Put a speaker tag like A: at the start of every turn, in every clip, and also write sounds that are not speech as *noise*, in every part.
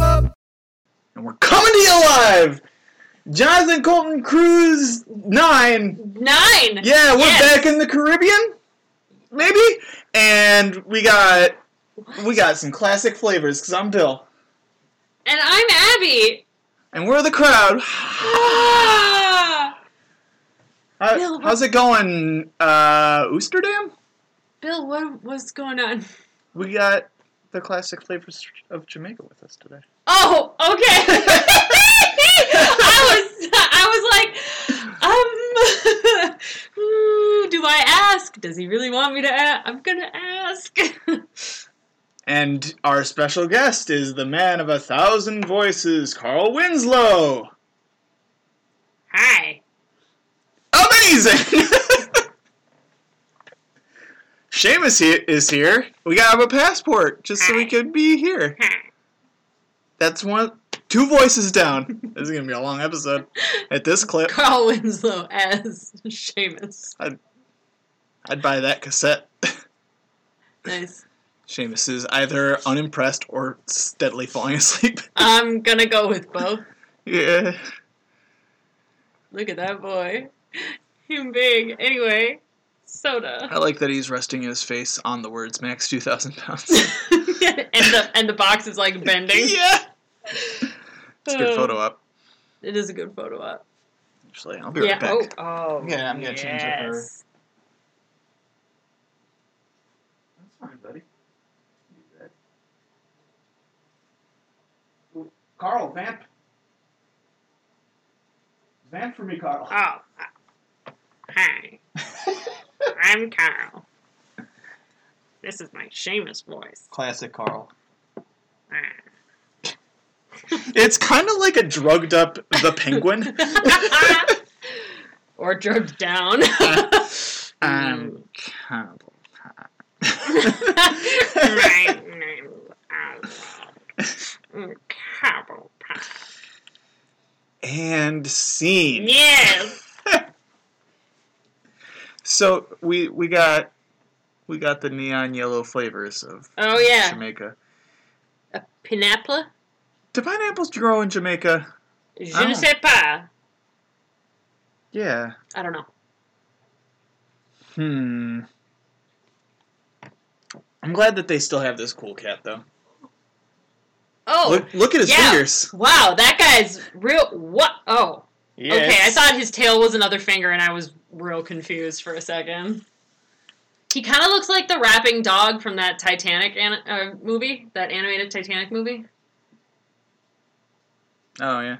A: And we're coming to you live! Jonathan Colton Cruise 9.
B: Nine.
A: Yeah, we're
B: Yes.
A: back in the Caribbean, maybe? And we got. We got some classic flavors, because I'm Bill.
B: And I'm Abby.
A: And we're the
B: *gasps*
A: crowd.
B: Ah!
A: How-
B: Bill, what-
A: how's it going, uh, Oosterdam?
B: Bill, what what's going on?
A: We got the classic flavors of Jamaica with us today.
B: Oh, okay. *laughs* I was I was like, um, hmm, do I ask? Does he really want me to ask? I'm gonna ask. *laughs*
A: And our special guest is the man of a thousand voices, Carl Winslow.
B: Hi.
A: Amazing! Seamus he- is here. We got him a passport just so we could be here. That's one, two voices down. This is gonna be a long episode. At this clip,
B: Carl Winslow as Seamus.
A: I'd buy that cassette. *laughs*
B: Nice.
A: Seamus is either unimpressed or steadily falling asleep. *laughs*
B: I'm gonna go with both.
A: yeah.
B: Look at that boy. Him big. Anyway, soda.
A: I like that he's resting his face on the words max 2,000 pounds.
B: and the *laughs* and the box is like bending.
A: yeah! It's a
B: Uh,
A: good photo op,
B: It is a good photo op.
A: actually. I'll be right
B: yeah.
A: back.
B: Oh, oh.
A: Yeah, I'm gonna change it for-
B: yes.
A: That's fine, buddy. Carl, vamp. Vamp for me, Carl.
B: Oh.
A: *laughs*
B: Hi. I'm Carl. This is my Seamus
A: *laughs*
B: voice.
A: Classic Carl. It's kind of like a drugged up
B: *laughs*
A: the penguin.
B: or drugged down.
A: Uh,
B: *laughs*
A: um, Carl.
B: My name's Oswald. Cobblepot.
A: *laughs* And scene.
B: Yes.
A: So we we got we got the neon yellow flavors of
B: Oh yeah.
A: Jamaica.
B: A pineapple.
A: Do pineapples grow in Jamaica?
B: Je
A: Oh.
B: ne sais pas.
A: Yeah.
B: I don't know.
A: Hmm. I'm glad that they still have this cool cat though.
B: Oh,
A: Look look at his
B: yeah.
A: fingers.
B: wow, that guy's real. What? Oh, okay. I thought his tail was another finger, and I was real confused for a second. He kind of looks like the rapping dog from that Titanic an- uh, movie, that animated Titanic movie.
A: Oh yeah.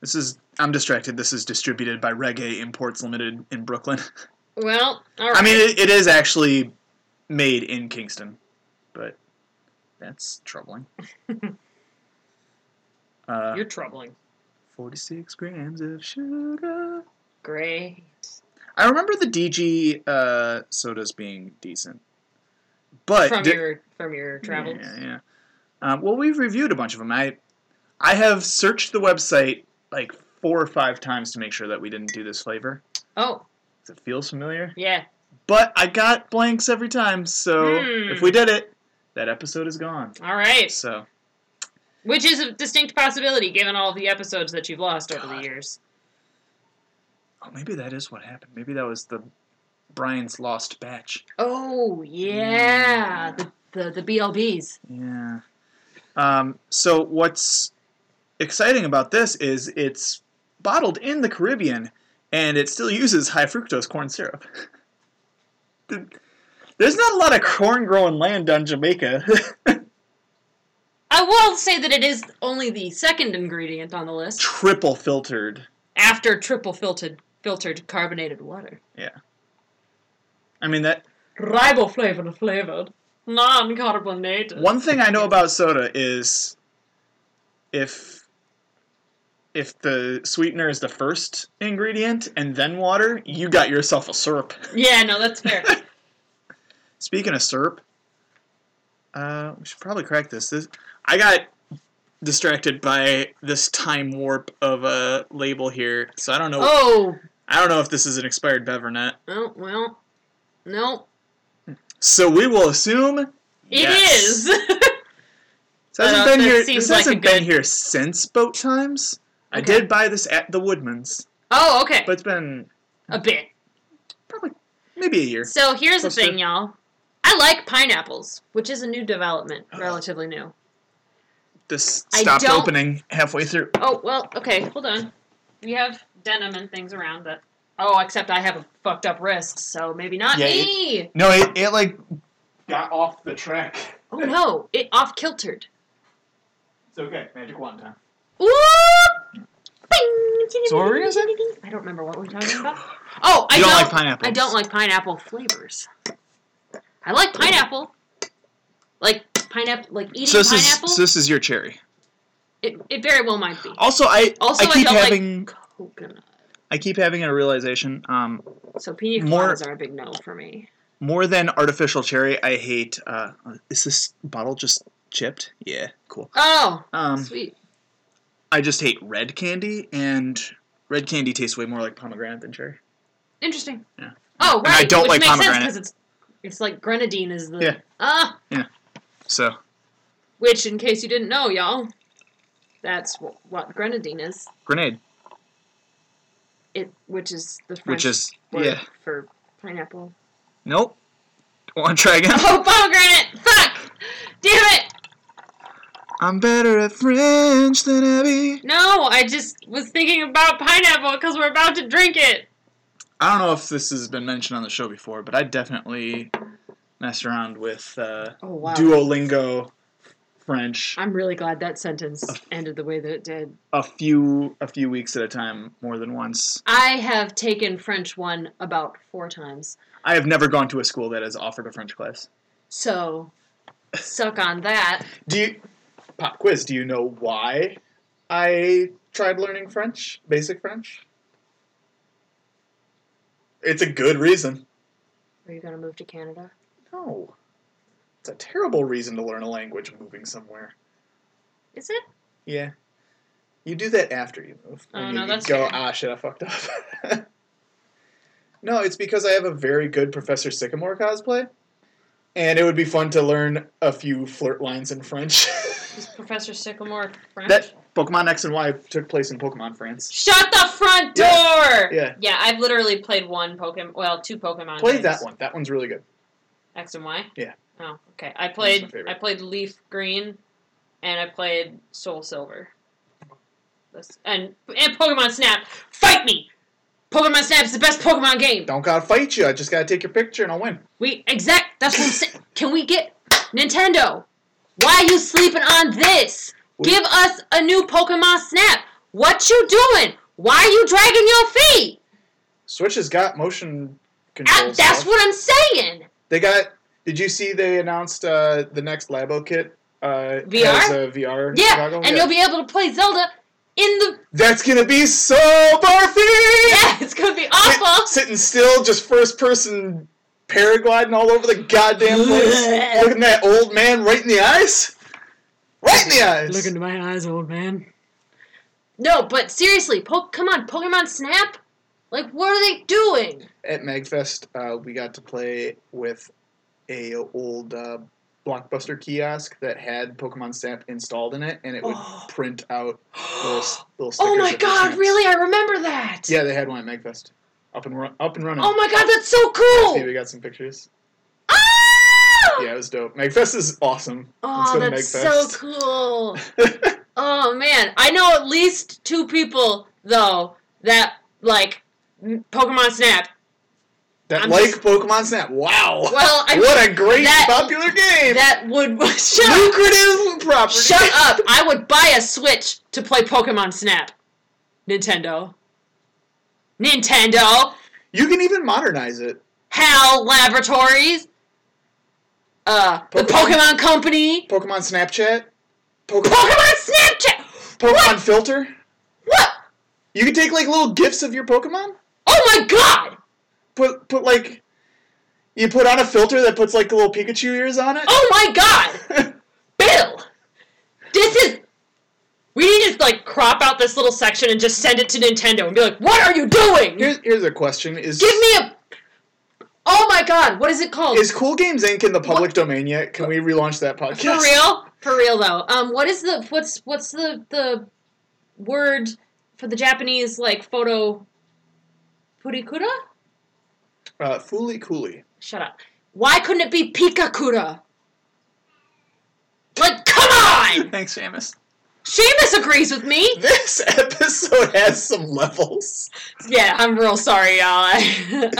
A: This is I'm distracted. This is distributed by Reggae Imports Limited in Brooklyn. *laughs*
B: Well, all right.
A: I mean it, it is actually made in Kingston, but that's
B: *laughs*
A: troubling. uh,
B: you're troubling.
A: 46 grams of sugar.
B: Great.
A: I remember the DG uh, sodas being decent, but
B: From
A: di-
B: your from your travels.
A: Yeah, yeah. Um, well, we've reviewed a bunch of them. I, I have searched the website like four or five times to make sure that we didn't do this flavor.
B: Oh,
A: 'cause It feels familiar,
B: yeah.
A: but I got blanks every time. So
B: Hmm.
A: if we did it, that episode is gone.
B: All right.
A: So
B: Which is a distinct possibility, given all the episodes that you've lost over the
A: God.
B: years.
A: oh, maybe that is what happened. Maybe that was the Brian's lost batch.
B: Oh yeah,
A: Mm.
B: the the, the BLBs.
A: Yeah. Um, so what's exciting about this is it's bottled in the Caribbean, and it still uses high fructose corn syrup. *laughs* The- There's not a lot of corn growing land on Jamaica. *laughs*
B: I will say that it is only the second ingredient on the list
A: Triple filtered.
B: after triple filtered filtered carbonated water.
A: I mean that
B: Riboflavin flavored, non-carbonated.
A: one thing I know about soda is if if the sweetener is the first ingredient and then water, you got yourself a syrup. *laughs*
B: Yeah, no, that's fair.
A: Speaking of syrup, Uh, we should probably crack this. This I got distracted by this time warp of a label here, so I don't know.
B: Oh,
A: I don't know if this is an expired bev or not.
B: oh well, no,
A: So we will assume it
B: it
A: is.
B: is. *laughs*
A: This hasn't
B: Uh,
A: been
B: that
A: here.
B: seems
A: This
B: like a
A: hasn't
B: good-
A: been here since boat times. I
B: Okay.
A: did buy this at the Woodman's,
B: oh, okay,
A: but it's been
B: a bit.
A: probably maybe a year.
B: So here's the
A: Close to-
B: thing, y'all. I like pineapples, which is a new development,
A: Uh-oh.
B: relatively new.
A: This
B: I
A: stopped
B: don't-
A: opening halfway through.
B: Oh well, okay, hold on. We have denim and things around that. Oh, except I have a fucked up wrist, so maybe not
A: Yeah,
B: me.
A: No, it, it like got off the track.
B: Oh no, it off kiltered.
A: It's okay. Magic wand time.
B: Whoop!
A: So what were we gonna say?
B: I don't remember what we were talking about. Oh, I
A: You
B: don't,
A: don't like pineapples.
B: I don't like pineapple flavors. I like pineapple. Like pineapple, like eating
A: So this
B: pineapple.
A: is so this Oh. is your cherry.
B: it, it very well might be.
A: Also, I
B: Also,
A: I keep
B: I don't
A: having
B: like coconut.
A: I keep having a realization. Um,
B: So pina coladas
A: More-
B: are a big no for me.
A: more than artificial cherry, I hate. Uh, is this bottle just chipped? Yeah, cool.
B: Oh,
A: Um,
B: sweet.
A: I just hate red candy, and red candy tastes way more like pomegranate than cherry.
B: Interesting.
A: Yeah.
B: Oh,
A: And
B: right.
A: I don't
B: which
A: like
B: makes
A: pomegranate.
B: because it's it's like grenadine is the
A: Yeah.
B: ah,
A: So
B: which in case you didn't know, y'all, that's wh- what grenadine is.
A: grenade,
B: It which is the French
A: which is
B: word
A: yeah,
B: for pineapple.
A: nope. Want to try
B: *laughs*
A: again?
B: Oh, pomegranate! Fuck! Damn it!
A: I'm better at French than Abby.
B: No, I just was thinking about pineapple because we're about to drink it.
A: I don't know if this has been mentioned on the show before, but I definitely messed around with uh,
B: Oh wow!
A: Duolingo French
B: I'm really glad that sentence
A: Oh.
B: ended the way that it did.
A: a few a few weeks at a time, more than once.
B: I have taken French one about four times.
A: I have never gone to a school that has offered a French class.
B: So, suck on that.
A: Do you pop quiz? Do you know why I tried learning French, basic French? It's a good reason.
B: Are you going to move to Canada?
A: No, it's a terrible reason to learn a language moving somewhere.
B: Is it?
A: Yeah, you do that after you move.
B: Oh,
A: When
B: no,
A: you
B: that's
A: go.
B: fair.
A: Ah, shit, I fucked up. *laughs* no, it's because I have a very good Professor Sycamore cosplay, and it would be fun to learn a few flirt lines in French. *laughs*
B: Is Professor Sycamore French?
A: That Pokemon X and Y took place in Pokemon France.
B: Shut the front door!
A: Yeah.
B: Yeah.
A: Yeah.
B: I've literally played one Pokemon, well, two Pokemon.
A: Play
B: games.
A: that one. That one's really good.
B: X and Y.
A: Yeah.
B: Oh, okay. I
A: my
B: played
A: favorite.
B: I played Leaf Green, and I played Soul Silver. That's- and and Pokemon Snap. Fight me! Pokemon Snap is the best Pokemon game.
A: Don't gotta fight you. I just gotta take your picture and I'll win.
B: We exact. That's what I'm saying. Can we get Nintendo? Why you sleeping on this?
A: We-
B: Give us a new Pokemon Snap. What you doing? Why are you dragging your feet?
A: Switch has got motion
B: I,
A: controls.
B: Ah, that's what I'm saying.
A: they got. Did you see they announced uh, the next Labo kit? Uh,
B: VR?
A: Has a VR
B: Yeah,
A: goggle?
B: and you'll be able to play Zelda in the. *laughs*
A: That's gonna be so barfy.
B: Yeah, it's gonna be awful.
A: Sitting still, just first person paragliding all over the goddamn place,
B: Bleh.
A: looking that old man right in the eyes, right in the eyes.
B: my eyes, old man. No, but seriously, po- come on, Pokemon Snap. Like, what are they doing?
A: at Magfest, uh, we got to play with a old uh, blockbuster kiosk that had Pokemon Snap installed in it, and it would
B: *gasps* Oh.
A: print out little
B: *gasps*
A: s- little stickers.
B: Oh my
A: of the
B: god,
A: snaps.
B: really? I remember that.
A: Yeah, they had one at Magfest. Up and run, up and running.
B: Oh my god, that's so cool.
A: See, we got some pictures.
B: Ah!
A: Yeah, it was dope. Magfest is awesome.
B: Oh,
A: been
B: that's
A: Magfest.
B: so cool. oh man, I know at least two people though that like m- Pokemon Snap.
A: *laughs* That
B: I'm
A: like
B: just-
A: Pokemon Snap. Wow.
B: Well,
A: *laughs*
B: I
A: what a great
B: that-
A: popular game.
B: that would *laughs* shut up.
A: Lucrative property. *laughs*
B: Shut up. I would buy a Switch to play Pokemon Snap. Nintendo. Nintendo.
A: You can even modernize it.
B: HAL Laboratories. Uh, the
A: Pokemon-
B: Pokemon Company.
A: Pokemon Snapchat. Pokemon,
B: Pokemon Snapchat.
A: Pokemon Filter.
B: What?
A: You can take like little gifs of your Pokemon.
B: Oh my god.
A: Put put like You put on a filter that puts like little Pikachu ears on it.
B: Oh my god! Bill! This is. We need to like crop out this little section and just send it to Nintendo and be like, what are you
A: *laughs*
B: doing?
A: Here's here's a question: Is
B: Give me a. Oh my god, what is it called?
A: is Cool Games Inc. in the public domain yet? Can we relaunch that
B: For
A: podcast?
B: real? For real though. Um, what is the what's what's the the word for the Japanese like photo purikura?
A: Uh, Fooly Cooley.
B: Shut up. Why couldn't it be pikakura? Like, come on!
A: Thanks, Seamus.
B: Seamus agrees with me.
A: This episode has some levels.
B: Yeah, I'm real sorry, y'all. *laughs*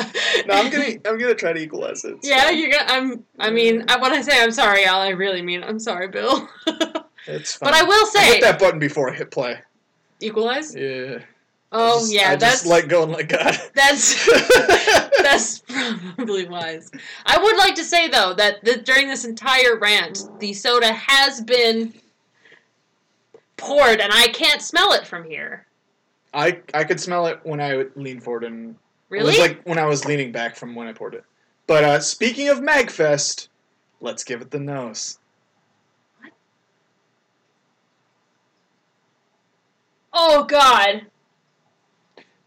A: No, I'm gonna I'm gonna try to equalize it. so
B: Yeah, you're gonna. I'm. I mean, I want to say I'm sorry, y'all. I really mean I'm sorry, Bill. *laughs* but
A: it's fine.
B: I will say,
A: hit that button before I hit play.
B: equalize.
A: Yeah.
B: Oh
A: Just-
B: yeah,
A: I
B: that's
A: just let go and let God.
B: that's *laughs* That's *laughs* probably wise. I would like to say though that the, during this entire rant, the soda has been poured, and I can't smell it from here.
A: *laughs* I I could smell it when I would lean forward and it
B: Really?
A: was like when I was leaning back from when I poured it. But uh, speaking of Magfest, let's give it the nose.
B: oh God!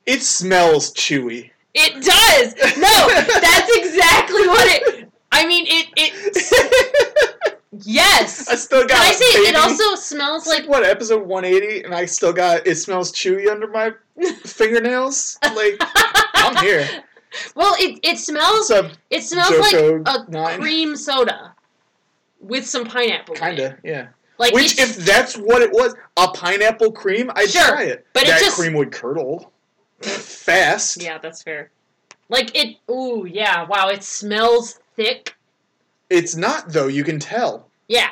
A: It smells chewy. *laughs*
B: It does. No, that's exactly what it. I mean, it. It.
A: I
B: Yes.
A: still got.
B: Can I say it
A: baby.
B: also smells
A: It's like
B: like?
A: what episode 180, and I still got. It smells chewy under
B: *laughs*
A: my fingernails. Like I'm here.
B: Well, it it smells.
A: What's up,
B: It smells
A: Joko
B: like a
A: Nine?
B: cream soda with some pineapple. in it.
A: Kinda, yeah.
B: Like
A: Which,
B: it's-
A: if that's what it was, a pineapple cream, I'd
B: Sure,
A: try it.
B: but it
A: that
B: just-
A: cream would curdle fast.
B: Yeah, that's fair. Like it. Ooh, yeah. Wow, it smells thick.
A: It's not though. You can tell.
B: Yeah.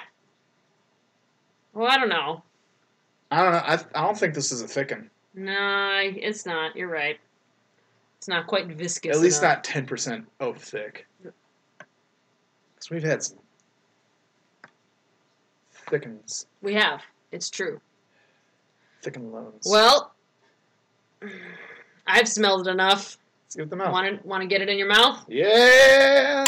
B: Well, I don't know.
A: I don't know. I, I don't think this is a thicken.
B: Nah, it's not. You're right. It's not quite viscous.
A: At least
B: enough.
A: not ten percent of thick. Because we've had some thickens,
B: We have. It's true.
A: thicken loans.
B: Well, *sighs* I've smelled it enough.
A: let's give them out.
B: Want to want to get it in your mouth?
A: Yeah.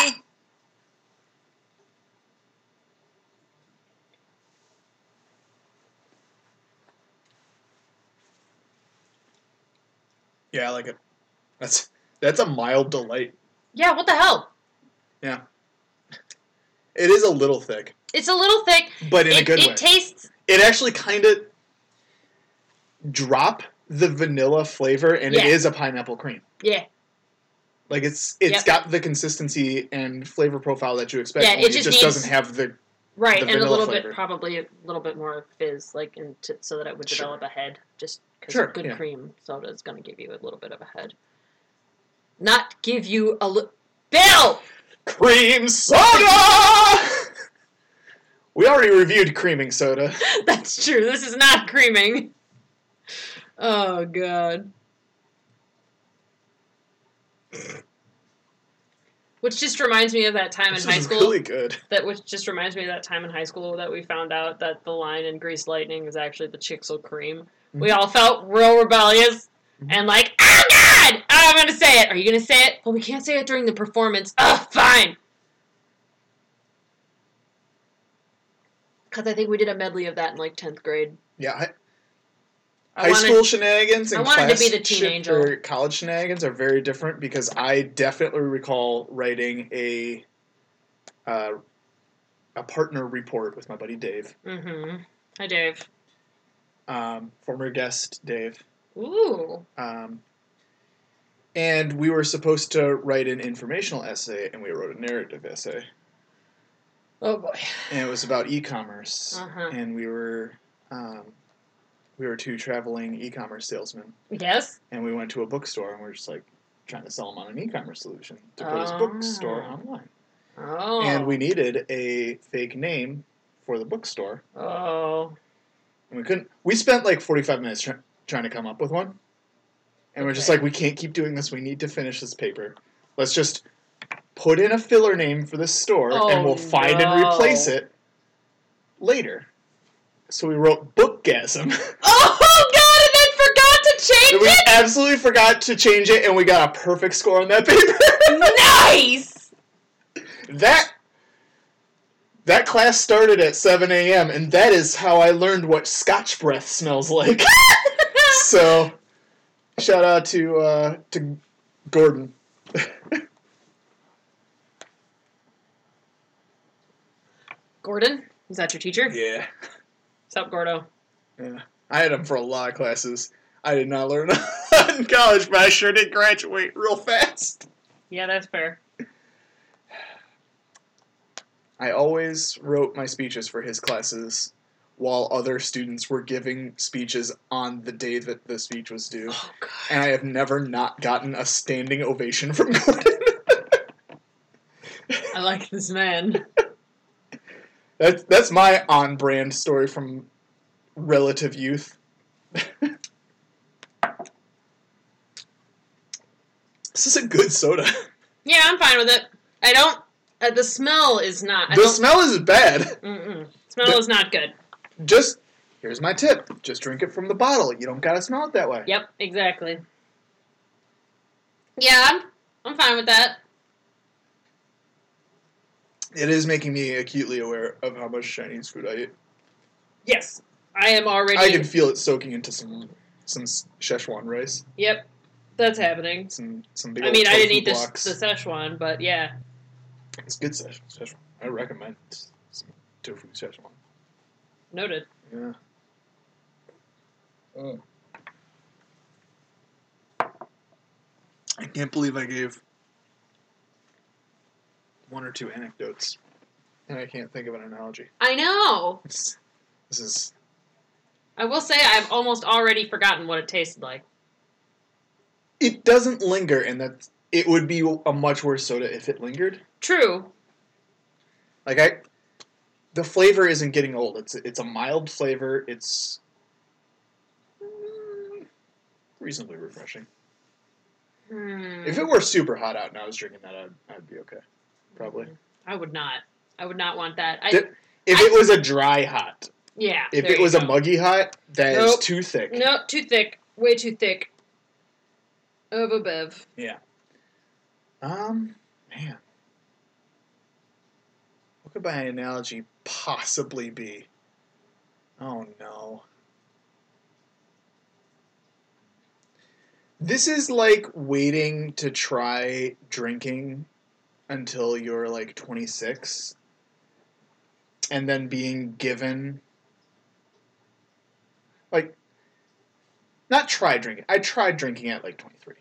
A: Yeah, I like it. That's that's a mild delight.
B: Yeah. What the hell?
A: Yeah. It is a little thick,
B: It's a little thick.
A: but in
B: it
A: a good
B: it
A: way.
B: tastes.
A: it actually kind of drop the vanilla flavor, and it
B: Yeah.
A: is a pineapple cream.
B: Yeah.
A: Like it's it's
B: Yep.
A: got the consistency and flavor profile that you expect.
B: Yeah,
A: only
B: it just needs-
A: doesn't have the The
B: Right, and a
A: vanilla
B: little
A: flavor.
B: bit, probably a little bit more fizz, like, and to, so that it would
A: Sure.
B: develop a head. Just because
A: Sure,
B: good
A: yeah.
B: cream soda is going to give you a little bit of a head. Not give you a li- Bill. *laughs*
A: cream soda. *laughs* we already reviewed creaming soda.
B: That's true. This is not creaming. Oh god. Which just reminds me of that time
A: This
B: in high
A: is
B: school.
A: really good.
B: That which just reminds me of that time in high school that we found out that the line in Grease Lightning is actually the Chixel cream.
A: Mm-hmm.
B: We all felt real rebellious and like, oh god, I'm gonna say it. Are you gonna say it? Well, we can't say it during the performance. Ugh, fine. Because I think we did a medley of that in like tenth grade.
A: Yeah. hi-
B: I
A: High
B: wanted-
A: school shenanigans
B: I
A: and
B: wanted to be
A: class
B: the teen
A: shit
B: angel.
A: or college shenanigans are very different because I definitely recall writing a uh, a partner report with my buddy Dave,
B: Mm-hmm. Hi, Dave.
A: um, former guest Dave,
B: Ooh.
A: um, and we were supposed to write an informational essay, and we wrote a narrative essay.
B: Oh boy.
A: and it was about e-commerce
B: Uh-huh.
A: *laughs* and we were um, we were two traveling e-commerce salesmen
B: Yes.
A: and we went to a bookstore and we are just like trying to sell them on an e-commerce solution to put his bookstore
B: Oh.
A: online
B: Oh.
A: and we needed a fake name for the bookstore
B: Oh.
A: and we couldn't we spent like 45 minutes try- trying to come up with one and we're just
B: Okay.
A: like we can't keep doing this we need to finish this paper let's just put in a filler name for this store and
B: Oh,
A: we'll find and
B: no.
A: replace it later so we wrote bookgasm *laughs*
B: Oh God! And then forgot to
A: and *laughs*
B: change
A: we
B: it.
A: absolutely forgot to change it and we got a perfect score on that paper
B: nice.
A: *laughs* that that class started at 7 a.m. and that is how I learned what Scotch breath smells like. so, shout out to uh, to Gordon.
B: Gordon, is that your teacher?
A: Yeah,
B: What's up, Gordo?
A: yeah. I had him for a lot of classes. I did not learn *laughs* in college, but I sure did graduate real fast.
B: Yeah, that's fair.
A: I always wrote my speeches for his classes while other students were giving speeches on the day that the speech was
B: *sighs*
A: due.
B: Oh god.
A: And I have never not gotten a standing ovation from *laughs* Gordon.
B: I like this man.
A: That's that's my on brand story from relative youth. *laughs* this is a good soda.
B: Yeah, I'm fine with it. I don't. Uh, the smell is not. I
A: the
B: don't,
A: smell is bad.
B: mm-mm. Smell is not good.
A: Just here's my tip. Just drink it from the bottle. You don't gotta smell it that way.
B: Yep, exactly. Yeah, I'm, I'm fine with that.
A: It is making me acutely aware of how much Chinese food I eat.
B: Yes, I am already.
A: I can feel it soaking into some some Szechuan rice,
B: Yep, that's happening.
A: some some big.
B: I
A: old
B: mean, I didn't
A: tofu
B: eat the,
A: blocks.
B: the Szechuan, but yeah.
A: It's good Szech- Szechuan. I recommend some tofu Szechuan.
B: Noted.
A: Yeah. Mm. I can't believe I gave one or two anecdotes, and I can't think of an analogy. *laughs*
B: I know.
A: It's, this is
B: I will say I've almost already forgotten what it tasted like.
A: it doesn't linger, and that it would be a much worse soda if it lingered.
B: True.
A: Like I, the flavor isn't getting old. It's it's a mild flavor. It's mm, reasonably refreshing.
B: Hmm.
A: If it were super hot out and I was drinking that, I'd, I'd be okay. Probably.
B: I would not. I would not want that. I,
A: Dip- If
B: I-
A: it was a dry hot,
B: yeah.
A: if
B: there
A: it
B: you
A: was
B: go.
A: a muggy hot, that is
B: Nope.
A: too thick.
B: Nope, too thick. Way too thick. Of a bev.
A: Um, man, what could my analogy possibly be? Oh no. This is like waiting to try drinking until you're like 26 and then being given like not try drinking. I tried drinking at like 23.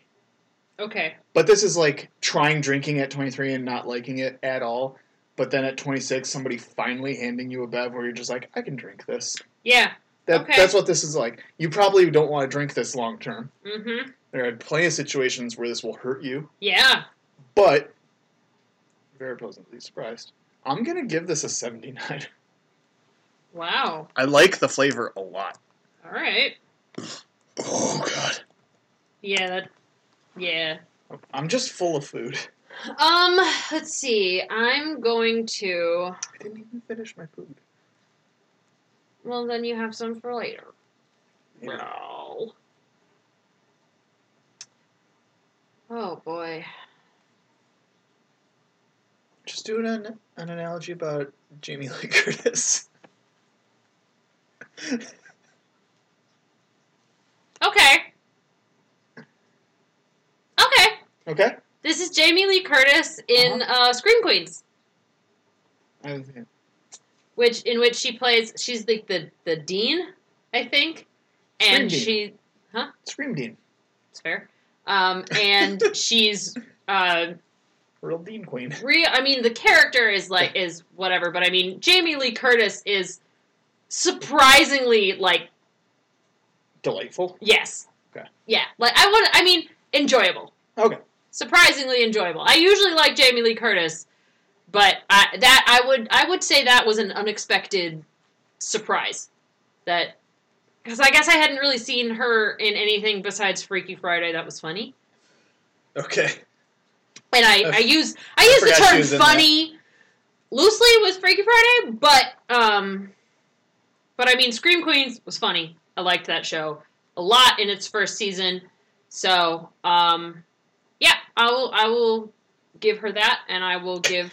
B: Okay.
A: But this is like trying drinking at 23 and not liking it at all. But then at 26, somebody finally handing you a bev where you're just like, I can drink this.
B: Yeah.
A: That,
B: Okay.
A: That's what this is like. You probably don't want to drink this long term.
B: Mm-hmm.
A: There are plenty of situations where this will hurt you,
B: Yeah.
A: but very pleasantly surprised. I'm going to give this a 79.
B: Wow.
C: I like the flavor a lot.
B: All right.
A: Oh, God.
B: Yeah. That. Yeah.
A: I'm just full of food.
B: Um. Let's see. I'm going to.
A: I didn't even finish my food.
B: Well, then you have some for later.
A: Yeah.
B: No. Oh boy.
A: Just doing an, an analogy about Jamie *laughs* Lee Curtis.
B: Okay. Okay.
A: Okay?
B: This is Jamie Lee Curtis in
A: Uh-huh.
B: uh, Scream Queens,
A: I was- yeah.
B: which in which she plays. She's like the the dean, I think,
A: Scream
B: and
A: dean.
B: she.
A: Scream Dean.
B: It's fair. Um,
A: *laughs*
B: and she's uh,
A: Real Dean Queen.
B: real. I mean, the character is like is whatever, but I mean, Jamie Lee Curtis is surprisingly like
A: Delightful.
B: yes,
A: Okay.
B: yeah. Like I would. I mean, enjoyable.
A: Okay.
B: Surprisingly enjoyable. I usually like Jamie Lee Curtis, but I, that I would I would say that was an unexpected surprise. That because I guess I hadn't really seen her in anything besides Freaky Friday. That was funny.
A: Okay.
B: and I,
A: Ugh.
B: I use I
A: I forgot she
B: use
A: was
B: the
A: in
B: term funny loosely with Freaky Friday, but um, but I mean Scream Queens was funny. I liked that show a lot in its first season. So um, yeah, I will I will give *laughs* her that, and I will give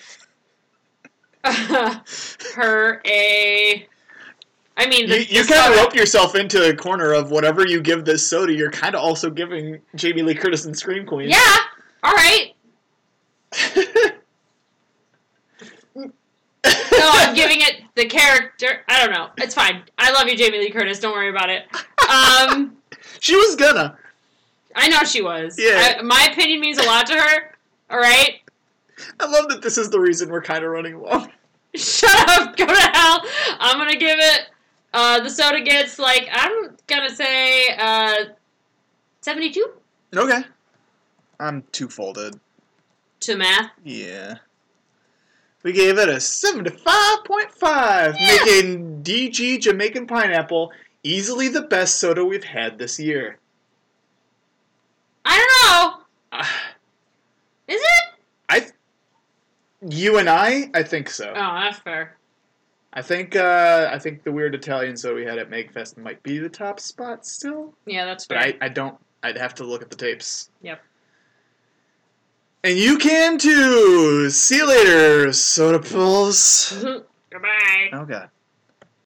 B: her a. I
A: You,
B: mean, the,
A: you
B: the
A: kind of
B: soda-
A: rope yourself into a corner of whatever you give this soda, you're kind of also giving Jamie Lee Curtis and Scream Queen.
B: Yeah. All right. No, I'm giving it the character. I don't know. It's fine. I love you, Jamie Lee Curtis. Don't worry about it. Um,
A: *laughs* she was gonna.
B: I know she was.
A: Yeah.
B: I, my opinion means a lot to her. All right.
A: I love that this is the reason we're kind of running long.
B: Shut up. Go to hell. I'm gonna give it. Uh, the soda gets like I'm gonna say uh, 72
D: Okay. I'm two folded.
B: to math.
D: Yeah.
A: We gave it a 75.5,
B: Yeah.
A: making DG Jamaican Pineapple easily the best soda we've had this year.
B: I
A: Ah,
B: don't know. Is it?
A: You and I, I think so.
B: Oh, that's fair.
A: I think uh, I think the weird Italian soda we had at Magfest might be the top spot still,
B: Yeah, that's
A: but
B: fair.
A: I, I don't. I'd have to look at the tapes.
B: Yep.
A: And you can too. See you later, soda pulse.
B: *laughs* Goodbye.
D: Oh god.